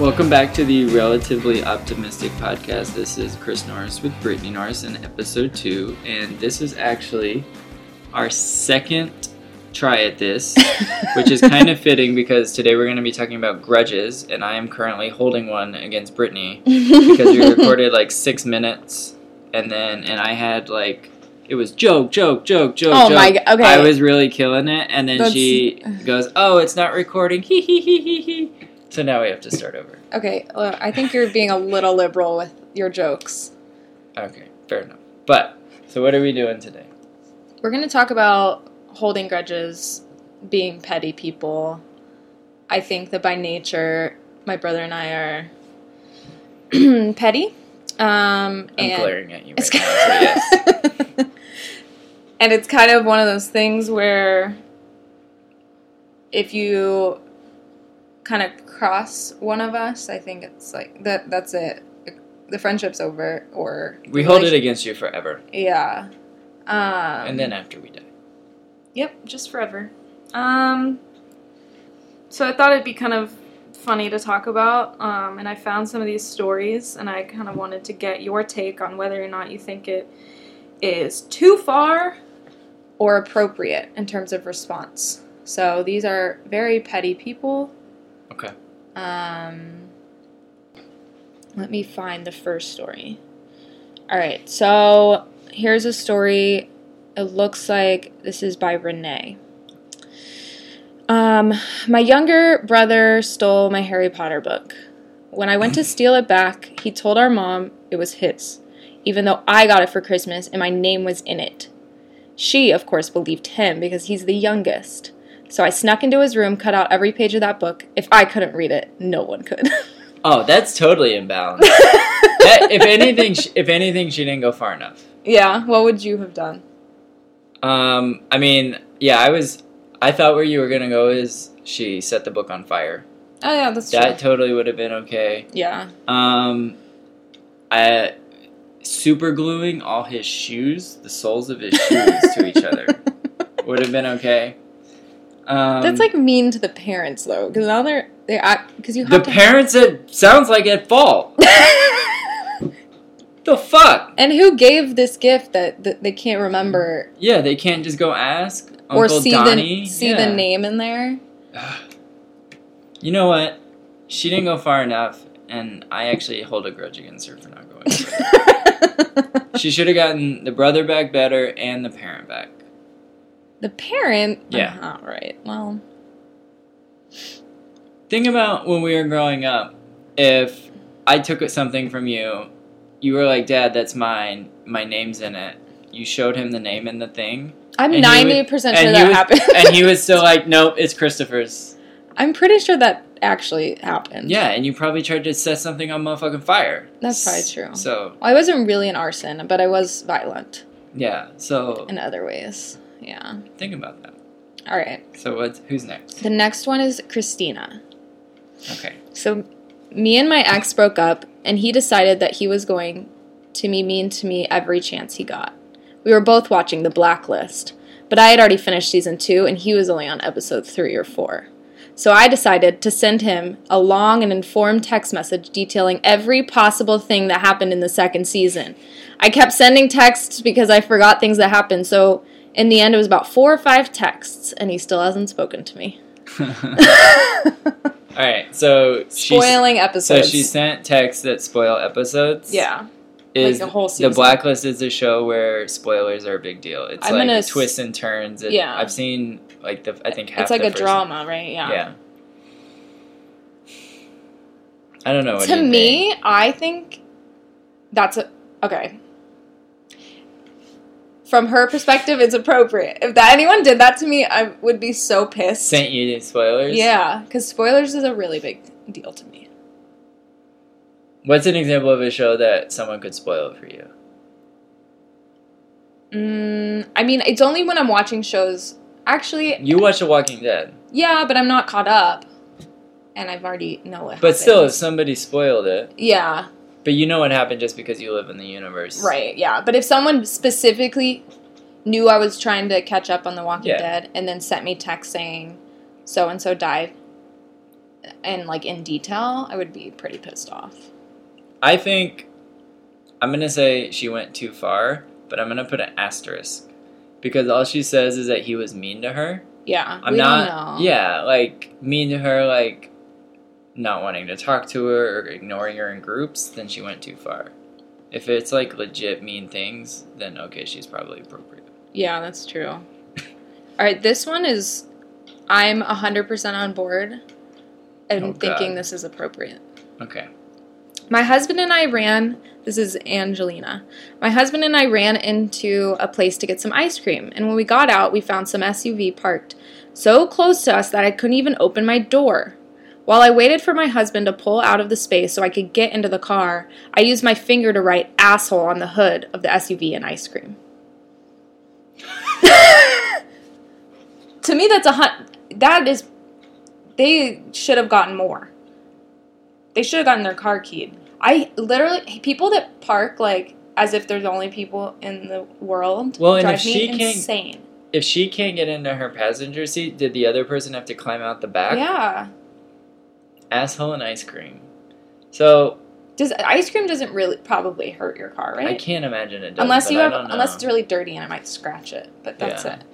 Welcome back to the Relatively Optimistic podcast. This is Chris Norris with Brittany Norris in episode two, and this is actually our second try at this, which is kind of fitting because today we're going to be talking about grudges, and I am currently holding one against Brittany because we recorded like six minutes, and then and I had like it was joke, joke, joke, joke. Oh joke. my god. Okay. I was really killing it, and then That's- she goes, "Oh, it's not recording." Hee hee hee hee hee. So now we have to start over. okay. Well, I think you're being a little liberal with your jokes. Okay, fair enough. But so what are we doing today? We're going to talk about holding grudges, being petty people. I think that by nature, my brother and I are petty. Um, I'm and glaring at you right now. It's So yes. and it's kind of one of those things where if you kind of cross one of us, I think it's like that that's it. The friendship's over or We hold it against you forever, yeah. Um and then after we die. Yep, just forever. Um, so I thought it'd be kind of funny to talk about, um, and I found some of these stories, and I kind of wanted to get your take on whether or not you think it is too far or appropriate in terms of response. So these are very petty people. Okay. Um, let me find the first story. All right, so here's a story. It looks like this is by Renee. Um, my younger brother stole my Harry Potter book. When I went to steal it back, he told our mom it was his, even though I got it for Christmas and my name was in it. She, of course, believed him because he's the youngest. So I snuck into his room, cut out every page of that book. If I couldn't read it, no one could. Oh, that's totally imbalanced. that, if anything, sh- if anything, she didn't go far enough. yeah, what would you have done? Um, I mean, yeah, I was. I thought where you were gonna go is she set the book on fire. Oh yeah, that's That totally would have been okay. Yeah. Um, I super gluing all his shoes, the soles of his shoes, to each other would have been okay. Um, That's like mean to the parents though, because now they're they because you the have to. parents. It sounds like at fault. The fuck? and who gave this gift that, that they can't remember Yeah, they can't just go ask Uncle or see Donnie. the see Yeah. the name in there? You know what? She didn't go far enough, and I actually hold a grudge against her for not going. she should have gotten the brother back better and the parent back. the parent. Yeah. Uh-huh, right. Well. Think about when we were growing up. If I took something from you, you were like, "Dad, that's mine. My name's in it." You showed him the name and the thing, And I'm you ninety percent and sure you that was- happened. and he was still like, "Nope, it's Christopher's." I'm pretty sure that actually happened. Yeah, and you probably tried to set something on motherfucking fire. That's probably true. So I wasn't really an arson, but I was violent yeah, so in other ways. Yeah. think about that. All right. So what's who's next? The next one is Christina. Okay. So, me and my ex broke up, and he decided that he was going to be mean to me every chance he got. We were both watching The Blacklist, but I had already finished season two, and he was only on episode three or four. So, I decided to send him a long and informed text message detailing every possible thing that happened in the second season. I kept sending texts because I forgot things that happened, so in the end, it was about four or five texts, and he still hasn't spoken to me. All right. So she Spoiling so episodes. she sent texts that spoil episodes. yeah. Is like the whole season. Blacklist is a show where spoilers are a big deal. It's I'm like gonna s- twists and turns. and Yeah. I've seen like the I think half it's like the a first- drama, right? Yeah. Yeah. I don't know. What To you me, I think that's a, okay. From her perspective, it's appropriate. If that anyone did that to me, I would be so pissed. sent you spoilers. Yeah, because spoilers is a really big deal to me. What's an example of a show that someone could spoil for you? Mm, I mean, it's only when I'm watching shows. Actually, You watch The Walking Dead, yeah, but I'm not caught up, and I've already know what. but still, if happens. somebody spoiled it, yeah, but you know what happened just because you live in the universe, Right, yeah. But if someone specifically knew I was trying to catch up on The Walking Yeah. Dead and then sent me text saying so and so died, and like in detail, I would be pretty pissed off. I think I'm gonna say she went too far, but I'm gonna put an asterisk because all she says is that he was mean to her. Yeah, I'm we not. don't know. Yeah, like mean to her, like not wanting to talk to her or ignoring her in groups. Then she went too far. If it's like legit mean things, then okay, she's probably appropriate. Yeah, that's true. All right, this one is I'm 100% on board and Oh, God. thinking this is appropriate. Okay. My husband and I ran, this is Angelina. My husband and I ran into a place to get some ice cream, and when we got out, we found some SUV parked so close to us that I couldn't even open my door. While I waited for my husband to pull out of the space so I could get into the car, I used my finger to write asshole on the hood of the SUV and ice cream. to me, that's a hun- that is, they should have gotten more. They should have gotten their car keyed. I literally people that park like as if they're the only people in the world Well, and drive if me she can't- insane. If she can't get into her passenger seat, did the other person have to climb out the back? Yeah, Asshole and ice cream. So does ice cream doesn't really probably hurt your car, I right? can't imagine it. Does, unless but you I have, don't know. unless it's really dirty and I might scratch it, but that's Yeah. it.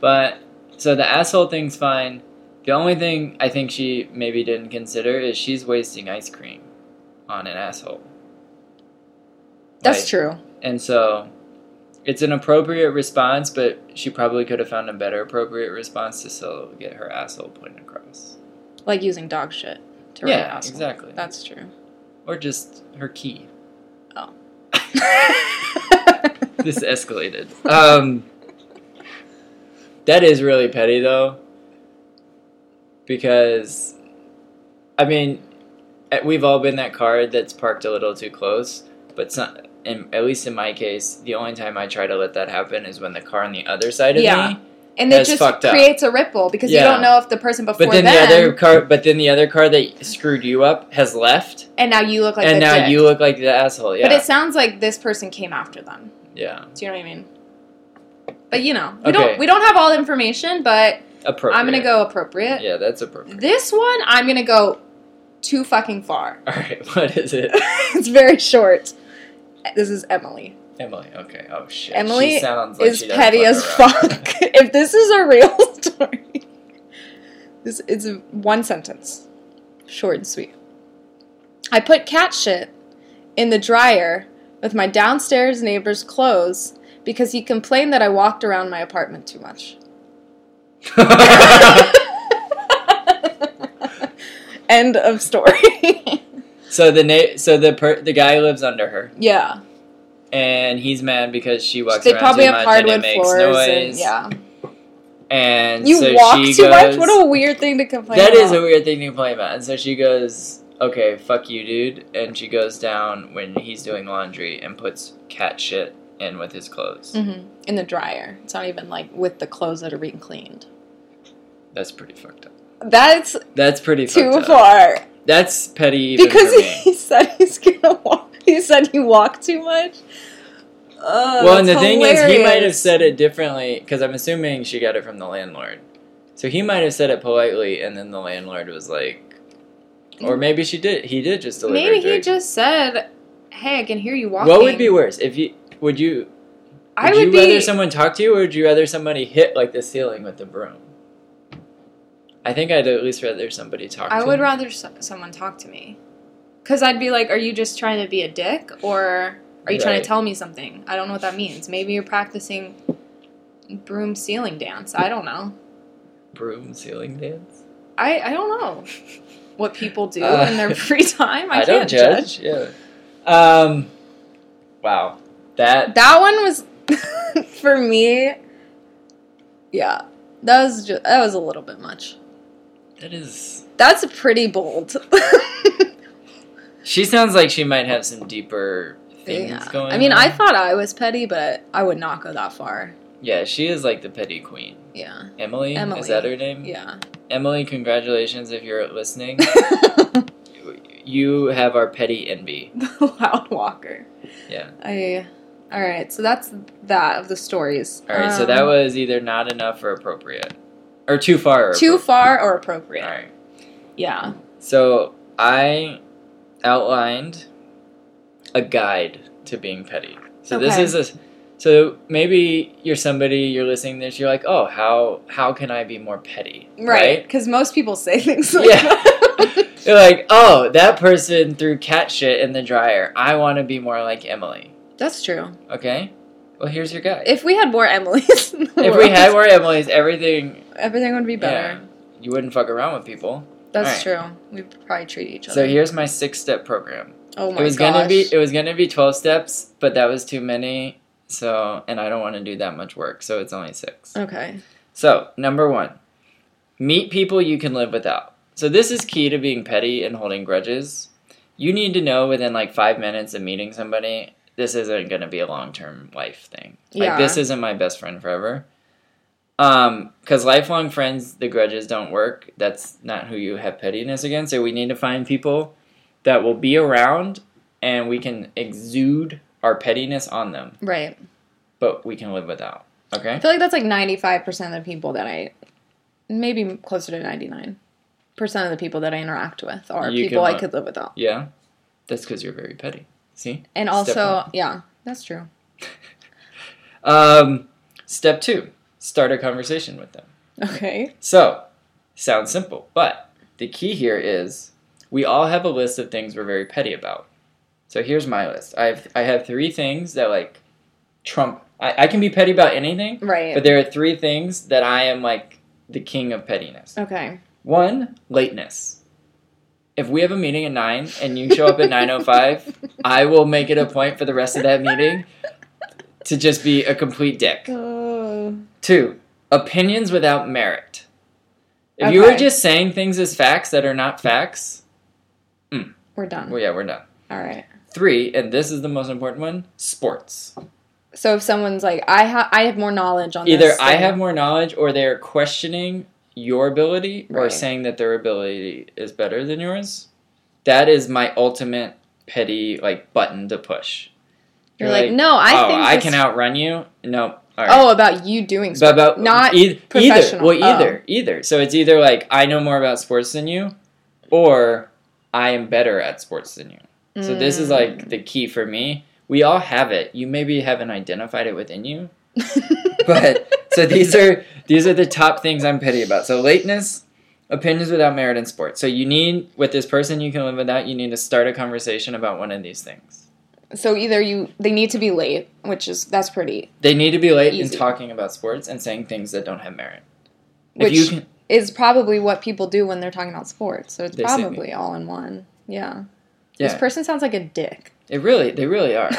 But so the asshole thing's fine. The only thing I think she maybe didn't consider is she's wasting ice cream on an asshole. That's Like, true. And so it's an appropriate response, but she probably could have found a better appropriate response to still get her asshole point across. Like using dog shit to run yeah, an asshole. exactly. That's true. or just her key. Oh. I This escalated. um, that is really petty though, because I mean, eh, we've all been that car that's parked a little too close. But some, in, at least in my case, the only time I try to let that happen is when the car on the other side of Yeah. me. and it That's just fucked up. creates a ripple because you Yeah. don't know if the person before But then them the other car, but then the other car that screwed you up has left, and now you look like and the now dick. you look like the asshole. Yeah, But it sounds like this person came after them. yeah, Do you know what I mean? But you know, we don't Okay. we don't have all the information, but appropriate. I'm gonna go appropriate. Yeah, that's appropriate. This one I'm gonna go too fucking far. All right, what is it? it's very short. This is Emily. Emily. Okay. Oh shit. Emily she sounds like is she does petty as around. fuck. if this is a real story, this it's one sentence, short and sweet. I put cat shit in the dryer with my downstairs neighbor's clothes because he complained that I walked around my apartment too much. End of story. so the na- so the per- the guy lives under her, yeah, and he's mad because she walks they around probably too have much hardwood and it makes floors. noise. And, yeah, And you so walk she too much. goes- What a weird thing to complain. that about. is a weird thing to complain about. And so she goes, "Okay, fuck you, dude." And she goes down when he's doing laundry and puts cat shit in with his clothes. hmm In the dryer. It's not even like with the clothes that are being cleaned. That's pretty fucked up. That's That's pretty too fucked up. far That's petty even because for me. he said he's gonna walk. He said he walked too much. Oh, well, and the that's thing is, he might have hilarious. said it differently because I'm assuming she got it from the landlord. So he might have said it politely, and then the landlord was like, or maybe she did. He did just deliver. Mm. Maybe he direct- just said, "Hey, I can hear you walking." What would be worse if you would you would I you would be. rather someone talk to you, or would you rather somebody hit like the ceiling with the broom? I think I'd at least rather somebody talk. I to would me. rather so- someone talk to me, because I'd be like, "Are you just trying to be a dick, or are you trying Right. to tell me something? I don't know what that means. Maybe you're practicing broom ceiling dance. I don't know. broom ceiling dance. I, I don't know what people do Uh, in their free time. I, I, don't can't judge. judge. Yeah. Um. Wow. That That one was for me. Yeah, that was just, that was a little bit much. that is. That's pretty bold. She sounds like she might have some deeper things Yeah. going. I mean, on. I thought I was petty, but I would not go that far. yeah, she is like the petty queen. Yeah, Emily, Emily. is that her name? yeah. Emily, congratulations if you're listening. you have our petty envy. the loud walker. Yeah. I. All right, so that's that of the stories. All right, so that Um, was either not enough or appropriate, or too far. Or too appropriate. far or appropriate. All right. Yeah. So I outlined a guide to being petty. So this Okay. is a so maybe you're somebody you're listening to this you're like, "Oh, how how can I be more petty?" Right. Because most people say things like Yeah. that. You're like, "Oh, that person threw cat shit in the dryer. I want to be more like Emily." That's true. Okay? Well, here's your guide. If we had more Emily's, in the If we world, had more Emily's, everything everything would be better. you wouldn't fuck around with people. That's true. We'd probably treat each other. So here's my six step program. oh my it was gosh. gonna be it was gonna be twelve steps, but that was too many. So and I don't want to do that much work, so it's only six. okay. So number one, meet people you can live without. So this is key to being petty and holding grudges. You need to know within like five minutes of meeting somebody, this isn't gonna be a long term life thing. Like Yeah. this isn't my best friend forever. Um, because lifelong friends, the grudges don't work. That's not who you have pettiness against. So we need to find people that will be around and we can exude our pettiness on them, Right. but we can live without. Okay? I feel like that's like 95% of the people that I, maybe closer to 99% of the people that I interact with are You people can I li- could live without. Yeah. That's because you're very petty. See? And Step also, one. yeah, that's true. um, step two start a conversation with them. Okay. So, sounds simple, but the key here is we all have a list of things we're very petty about. So, here's my list I have, I have three things that like trump. I, I can be petty about anything, Right. but there are three things that I am like the king of pettiness. okay. One, lateness. If we have a meeting at nine and you show up at nine oh five, I will make it a point for the rest of that meeting to just be a complete dick. Oh. Two, opinions without merit. If you were Okay. just saying things as facts that are not facts, We're done. well, yeah, we're done. All right. Three, and this is the most important one: sports. So if someone's like, I have, I have more knowledge on Either this I than- have more knowledge, or they are questioning your ability, or Right. saying that their ability is better than yours. That is my ultimate petty like button to push. You're like, no, I oh, think I this- can outrun you. No, all right. Oh, about you doing But stuff. about not eith- either. professional. Well, Oh. either, either. So it's either like I know more about sports than you, or I am better at sports than you. So this is Mm. like the key for me. We all have it. You maybe haven't identified it within you, but so these are these are the top things I'm petty about. So lateness, opinions without merit in sports. So you need with this person you can live without. You need to start a conversation about one of these things. so either you they need to be late, which is that's pretty, They need to be late in Easy. talking about sports and saying things that don't have merit. which if you can, is probably what people do when they're talking about sports. So it's They say- probably all in one. Yeah. yeah, This person sounds like a dick. it really they really are.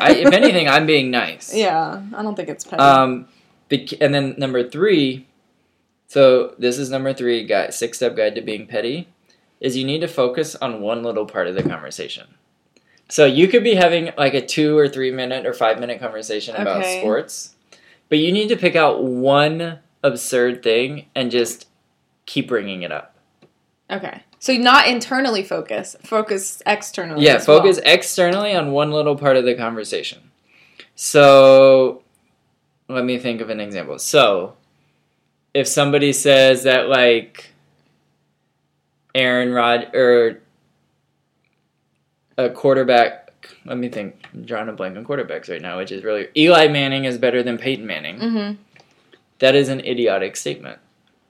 I, if anything, I'm being nice. yeah, I don't think it's petty. Um, bec- and then number three. So this is number three. Guide six step guide to being petty is you need to focus on one little part of the conversation. So you could be having like a two or three minute or five minute conversation about Okay. sports, but you need to pick out one absurd thing and just keep bringing it up. okay. So not internally focus, focus externally. Yeah, as well. focus externally on one little part of the conversation. So, let me think of an example. So, if somebody says that like Aaron Rod or a quarterback, let me think. I'm drawing a blank on quarterbacks right now, which is really Eli Manning is better than Peyton Manning. Mhm. That is an idiotic statement.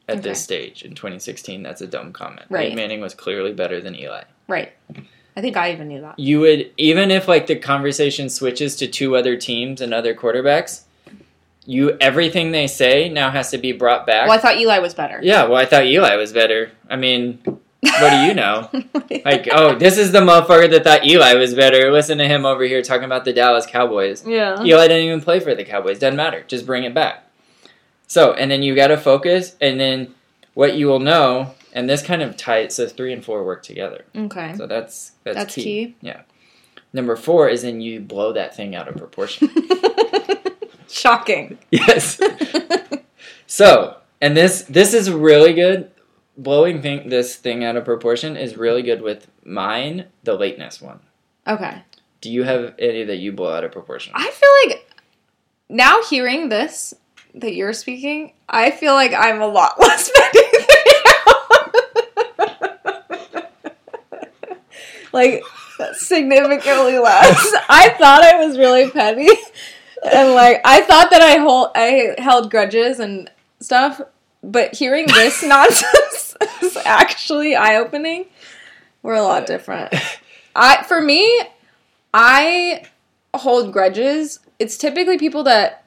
At Okay. this stage in 2016, that's a dumb comment. Right. Peyton Manning was clearly better than Eli Right. I think I even knew that. you would even if like the conversation switches to two other teams and other quarterbacks you everything they say now has to be brought back Well, I thought Eli was better. yeah well i thought eli was better i mean what do you know know? like oh this is the motherfucker that thought eli was better listen to him over here talking about the dallas cowboys yeah. eli didn't even play for the cowboys doesn't matter just bring it back so and then you got to focus and then what you will know and this kind of ties so three and four work together Okay. so that's that's, That's key. key. Yeah. Number four is then you blow that thing out of proportion. Shocking. yes. So, and this this is really good. Blowing thing this thing out of proportion is really good with mine, the lateness one. okay. Do you have any that you blow out of proportion? I feel like now hearing this that you're speaking, I feel like I'm a lot less petty. than you. like significantly less. I thought I was really petty, and like I thought that I hold I held grudges and stuff. But hearing this nonsense is actually eye opening. We're a lot different. I for me, I hold grudges. It's typically people that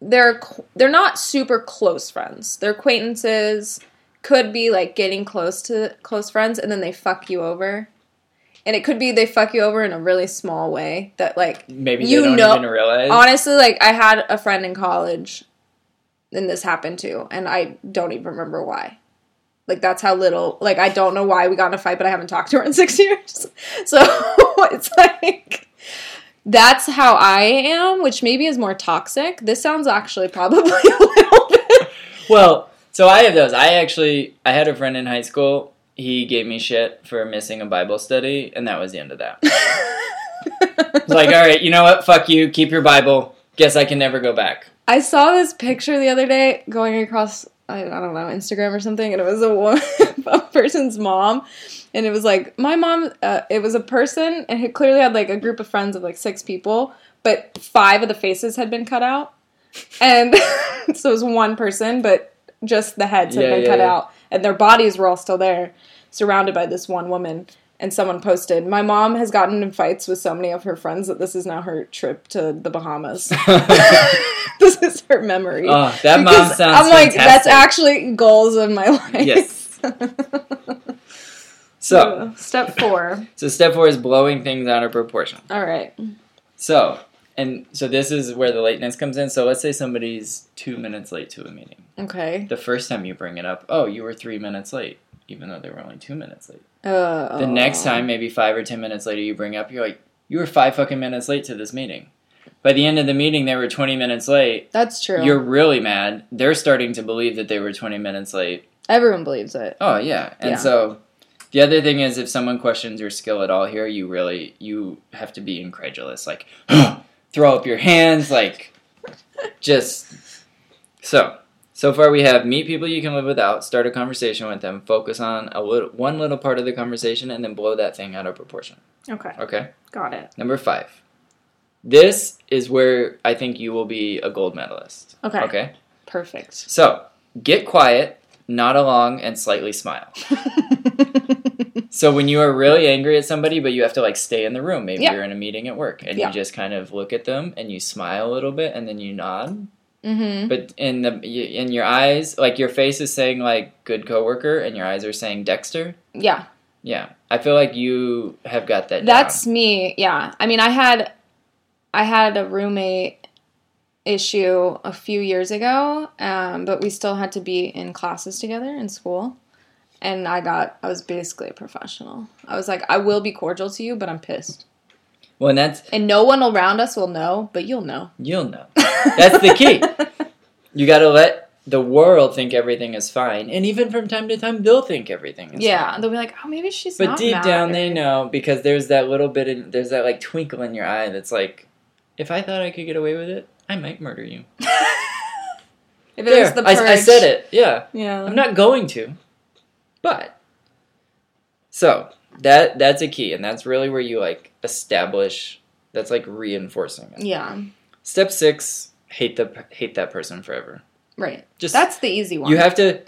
they're qu- they're not super close friends. They're acquaintances. Could be like getting close to close friends, and then they fuck you over. And it could be they fuck you over in a really small way that like Maybe You they don't know- even realize. honestly like I had a friend in college, and this happened too, and I don't even remember why. Like that's how little like I don't know why we got in a fight, but I haven't talked to her in six years. So it's like that's how I am, which maybe is more toxic. This sounds actually probably a little bit. well, so I have those. I actually I had a friend in high school. He gave me shit for missing a Bible study, and that was the end of that. It's like, all right, you know what? Fuck you. Keep your Bible. Guess I can never go back. I saw this picture the other day going across I, I don't know Instagram or something, and it was a woman, a person's mom, and it was like my mom. Uh, it was a person, and who clearly had like a group of friends of like six people, but five of the faces had been cut out, and so it was one person, but just the heads had Yeah, been yeah, cut yeah. out, and their bodies were all still there, surrounded by this one woman. And someone posted, "My mom has gotten in fights with so many of her friends that this is now her trip to the Bahamas." this is her memory. Oh, that mom Because sounds I'm like, that's fantastic. actually goals in my life. Yes. So, step four. so step four is blowing things out of proportion. All right. So, and so this is where the lateness comes in. So let's say somebody's two minutes late to a meeting. Okay. The first time you bring it up, oh, you were three minutes late, even though they were only two minutes late. Uh, The next time, maybe five or ten minutes later, you bring up, you're like, you were five fucking minutes late to this meeting. By the end of the meeting, they were 20 minutes late. That's true. You're really mad. They're starting to believe that they were 20 minutes late. Everyone believes it. Oh yeah, and Yeah. so the other thing is, if someone questions your skill at all here, you really you have to be incredulous, like throw up your hands, like just so. So far, we have meet people you can live without, start a conversation with them, focus on a little, one little part of the conversation, and then blow that thing out of proportion. Okay. Okay, Got it. number five. This is where I think you will be a gold medalist. Okay. Okay. Perfect. So get quiet, nod along, and slightly smile. So when you are really angry at somebody, but you have to like stay in the room. Maybe Yeah. you're in a meeting at work, and Yeah. you just kind of look at them and you smile a little bit, and then you nod. mm-hmm. But in the y- in your eyes, like your face is saying like "good coworker," and your eyes are saying "Dexter." Yeah. Yeah, I feel like you have got that. That's me. Yeah. I mean, I had I had a roommate issue a few years ago, um, but we still had to be in classes together in school. And I got I was basically a professional. I was like, I will be cordial to you, but I'm pissed. down. well, and that's And no one around us will know, but you'll know. you'll know. That's the key. You got to let the world think everything is fine, and even from time to time, they'll think everything is fine. yeah. They'll be like, Oh, maybe she's But not deep mad down, or- they know because there's that little bit, in, there's that like twinkle in your eye that's like, if I thought I could get away with it, I might murder you. if it There, was the I, purge, I said it. Yeah, Yeah. I'm not going to, but so that that's a key, and that's really where you like establish. That's like reinforcing it. yeah. Step six: hate the hate that person forever. Right. Just That's the easy one. you have to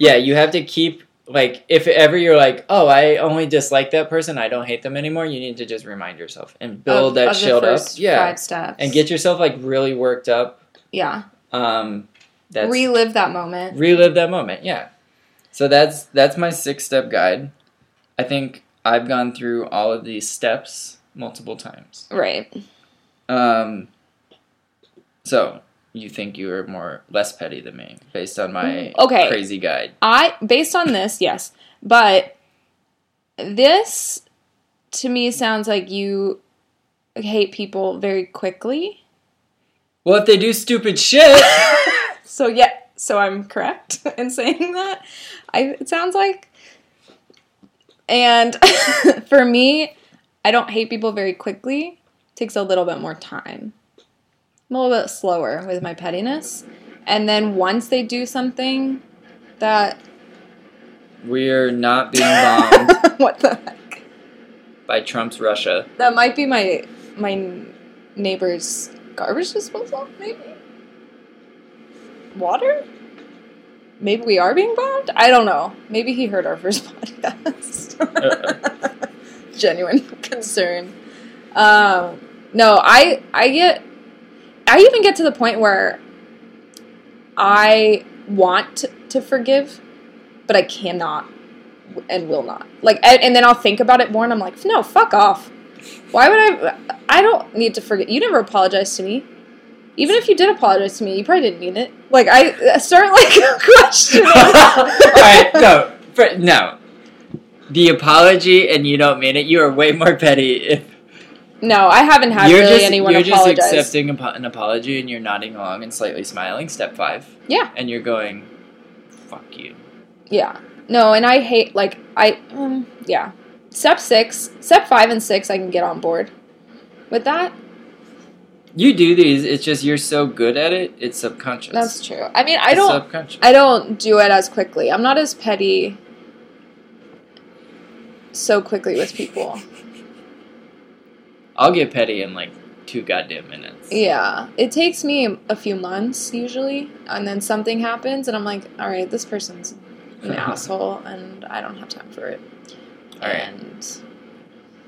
yeah, you have to keep like if ever you're like, oh, I only dislike that person, I don't hate them anymore. You need to just remind yourself and build Of- that of the shield up, first yeah, Five steps. and get yourself like really worked up. Yeah. Um, that's relive that moment. relive that moment, yeah. So that's that's my six step guide. I think I've gone through all of these steps multiple times. Right. Um, so you think you are more less petty than me based on my Mm, Okay. crazy guide? I based on this, yes. But this to me sounds like you hate people very quickly. Well, if they do stupid shit. So yeah, so I'm correct in saying that. I it sounds like and for me, I don't hate people very quickly. takes a little bit more time. I'm a little bit slower with my pettiness. And then once they do something that We're not being bombed. what the heck? by Trump's Russia. That might be my my neighbor's garbage disposal, maybe. Water? Maybe we are being bombed? I don't know. Maybe he heard our first podcast. Genuine concern. Um, no, I I get I even get to the point where I want to forgive, but I cannot and will not. Like, and, and then I'll think about it more, and I'm like, no, fuck off. Why would I? I don't need to forget. You never apologized to me. Even if you did apologize to me, you probably didn't mean it. Like I start like questioning. All right, no, for, no. The apology and you don't mean it. You are way more petty if No, I haven't had you're really just anyone you're apologize. just accepting apo- an apology and you're nodding along and slightly smiling. Step five, yeah, and you're going, "Fuck you." yeah. No, and I hate like I um, yeah. Step six, step five, and six, I can get on board with that. You do these. It's just you're so good at it. It's subconscious. That's true. I mean, I It's don't. Subconscious. I don't do it as quickly. I'm not as petty so quickly with people. I'll get petty in like two goddamn minutes. Yeah. It takes me a few months usually, and then something happens, and I'm like, all right, this person's an asshole, and I don't have time for it. All right. And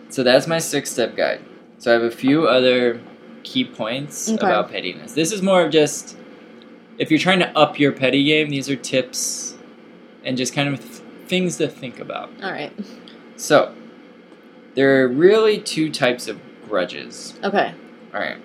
So that's my six step guide. So I have a few other key points Okay. about pettiness. This is more of just if you're trying to up your petty game, these are tips and just kind of th- things to think about. all right. So there are really two types of grudges. Okay. All right.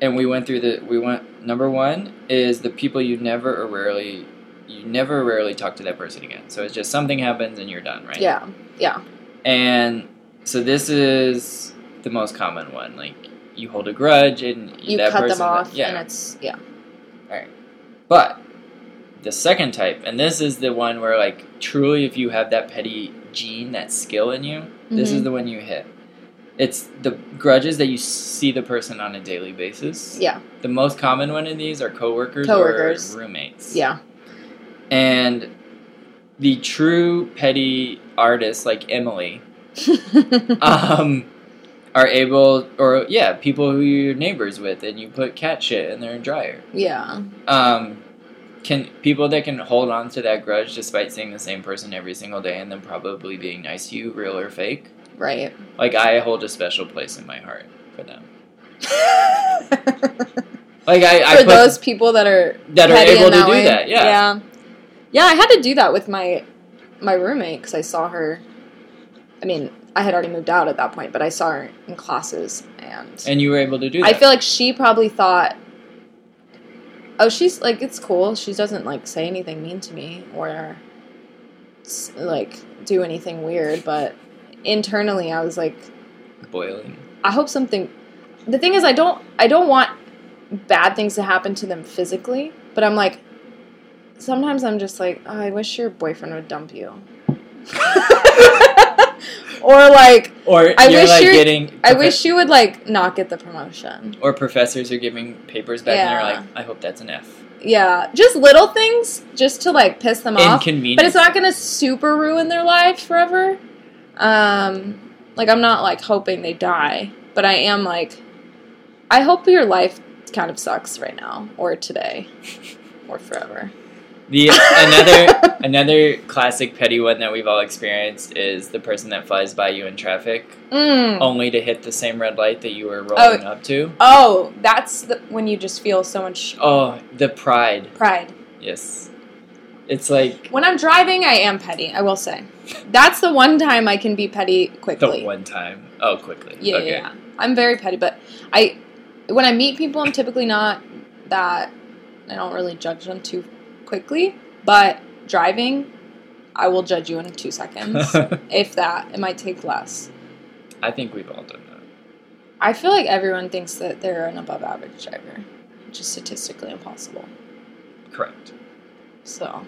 And we went through the we went number 1 is the people you never or rarely you never or rarely talk to that person again. So it's just something happens and you're done, right? Yeah. And so this is the most common one. Like you hold a grudge and You that cut person, them off, yeah. and it's yeah. but the second type, and this is the one where like truly, if you have that petty gene, that skill in you, this is Mhm. the one you hit. It's the grudges that you see the person on a daily basis. Yeah. The most common one in these are coworkers, Coworkers. or roommates. Yeah. And the true petty artists like Emily, um, are able, or yeah, people who you're neighbors with, and you put cat shit in their dryer. yeah. Um, can people that can hold on to that grudge despite seeing the same person every single day and then probably being nice to you, real or fake? Right. Like I hold a special place in my heart for them. Like I, I for put, those people that are that are petty in able to that do way. that. Yeah. yeah, Yeah, I had to do that with my my roommate because I saw her. I mean, I had already moved out at that point, but I saw her in classes, and, and you were able to do that. I feel like she probably thought, "Oh, she's like it's cool. She doesn't like say anything mean to me or s- like do anything weird." But internally, I was like, boiling. I hope something. The thing is, I don't. I don't want bad things to happen to them physically, but I'm like, sometimes I'm just like, oh, I wish your boyfriend would dump you, or like, Or I you're wish like you're- getting. I profe- wish you would like not get the promotion. Or professors are giving papers back, and Yeah. you're like, I hope that's an F. Yeah, just little things, just to like piss them off. Inconvenient. But it's not gonna super ruin their lives forever. Um, like I'm not like hoping they die, but I am like, I hope your life kind of sucks right now, or today, or forever. The another another classic petty one that we've all experienced is the person that flies by you in traffic Mm. only to hit the same red light that you were rolling up to. Oh, that's the, when you just feel so much Oh, the pride. pride. Yes. It's like When I'm driving, I am petty. I will say, that's the one time I can be petty the quickly. one time. Oh, quickly. Yeah, okay. yeah, yeah. I'm very petty, but I when I meet people, I'm typically not that. I don't really judge them too quickly, but driving, I will judge you in two seconds, if that. It might take less. I think we've all done that. I feel like everyone thinks that they're an above average driver, which is statistically impossible. Correct. So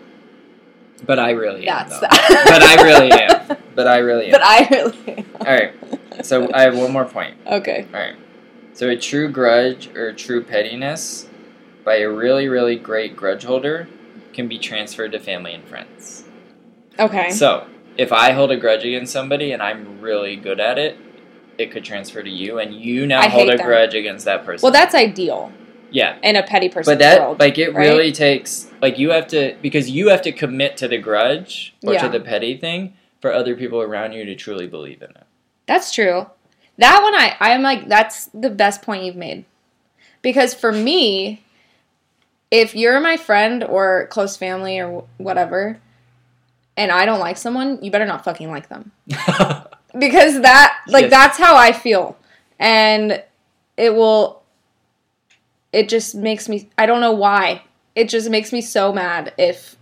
But I really am. that's though. that. But I really am. But I really am. But I really. all right. So I have one more point. Okay. All right. So a true grudge or true pettiness by a really, really great grudge holder can be transferred to family and friends. Okay. So if I hold a grudge against somebody and I'm really good at it, it could transfer to you, and you now I hold hate a that. grudge against that person. Well, that's ideal yeah, in a petty person's but that world. like it right? really takes like you have to because you have to commit to the grudge or Yeah. to the petty thing for other people around you to truly believe in it. That's true. That one, I I'm like that's the best point you've made, because for me, if you're my friend or close family or wh- whatever, and I don't like someone, you better not fucking like them, because that like Yes. that's how I feel, and it will. It just makes me. I don't know why. It just makes me so mad if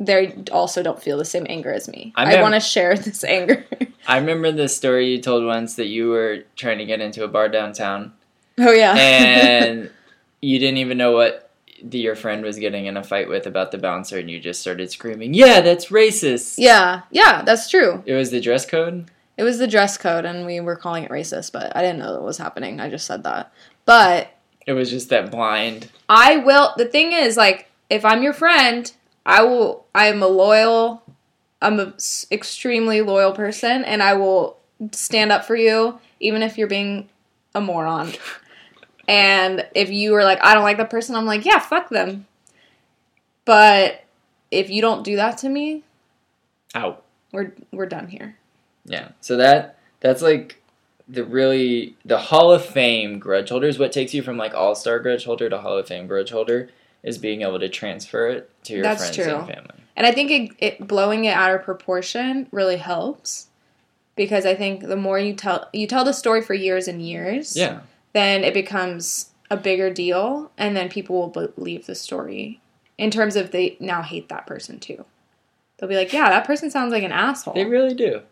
they also don't feel the same anger as me. I'm I gonna- want to share this anger. I remember the story you told once that you were trying to get into a bar downtown oh yeah. and you didn't even know what the, your friend was getting in a fight with about the bouncer, and you just started screaming, "Yeah, that's racist!" Yeah, yeah, that's true. It was the dress code. It was the dress code, and we were calling it racist, but I didn't know that was happening. I just said that. But It was just that blind. I will. The thing is, like, if I'm your friend, I will. I am a loyal. I'm a s- extremely loyal person, and I will stand up for you, even if you're being a moron. and if you are like, I don't like that person, I'm like, yeah, fuck them. But if you don't do that to me, Ow. we're we're done here. Yeah. So that that's like the really the Hall of Fame grudge holder is what takes you from like All Star grudge holder to Hall of Fame grudge holder is being able to transfer it to your That's friends and true. family. And I think it, it blowing it out of proportion really helps because I think the more you tell you tell the story for years and years, Yeah. then it becomes a bigger deal, and then people will believe the story in terms of they now hate that person too. They'll be like, "Yeah, that person sounds like an asshole." They really do.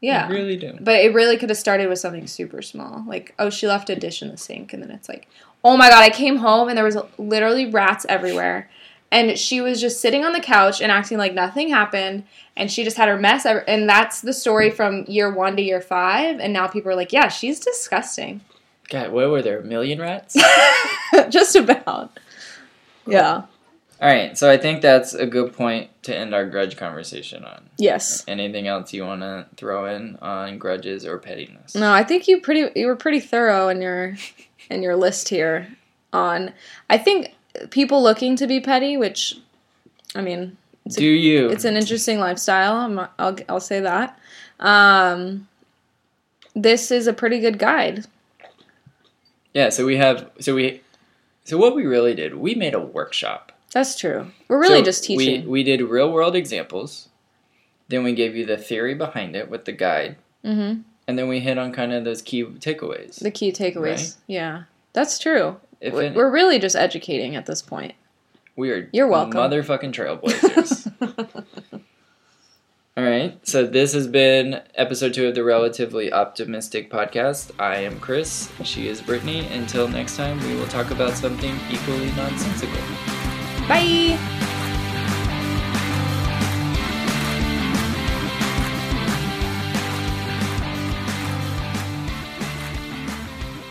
yeah, They really do. but it really could have started with something super small, like, "Oh, she left a dish in the sink," and then it's like, "Oh my god, I came home and there was literally rats everywhere." and she was just sitting on the couch and acting like nothing happened and she just had her mess ever- and that's the story from year one to year five and now people are like yeah she's disgusting God, what were there? A million rats? just about yeah All right. So I think that's a good point to end our grudge conversation on. yes Anything else you want to throw in on grudges or pettiness? no i think you pretty you were pretty thorough in your in your list here on i think people looking to be petty which i mean do you? it's an interesting lifestyle. I'm, I'll, I'll say that. Um, this is a pretty good guide. yeah. So we have. So we. So what we really did, we made a workshop. That's true. We're really So just teaching. We, we did real world examples, then we gave you the theory behind it with the guide, hmm and then we hit on kind of those key takeaways. The key takeaways. Right. Yeah, that's true. if We- it- We're really just educating at this point. we are you're welcome. motherfucking trailblazers. All right, so this has been episode two of the Relatively Optimistic podcast. I am Chris, she is Brittany. Until next time, we will talk about something equally nonsensical. Bye.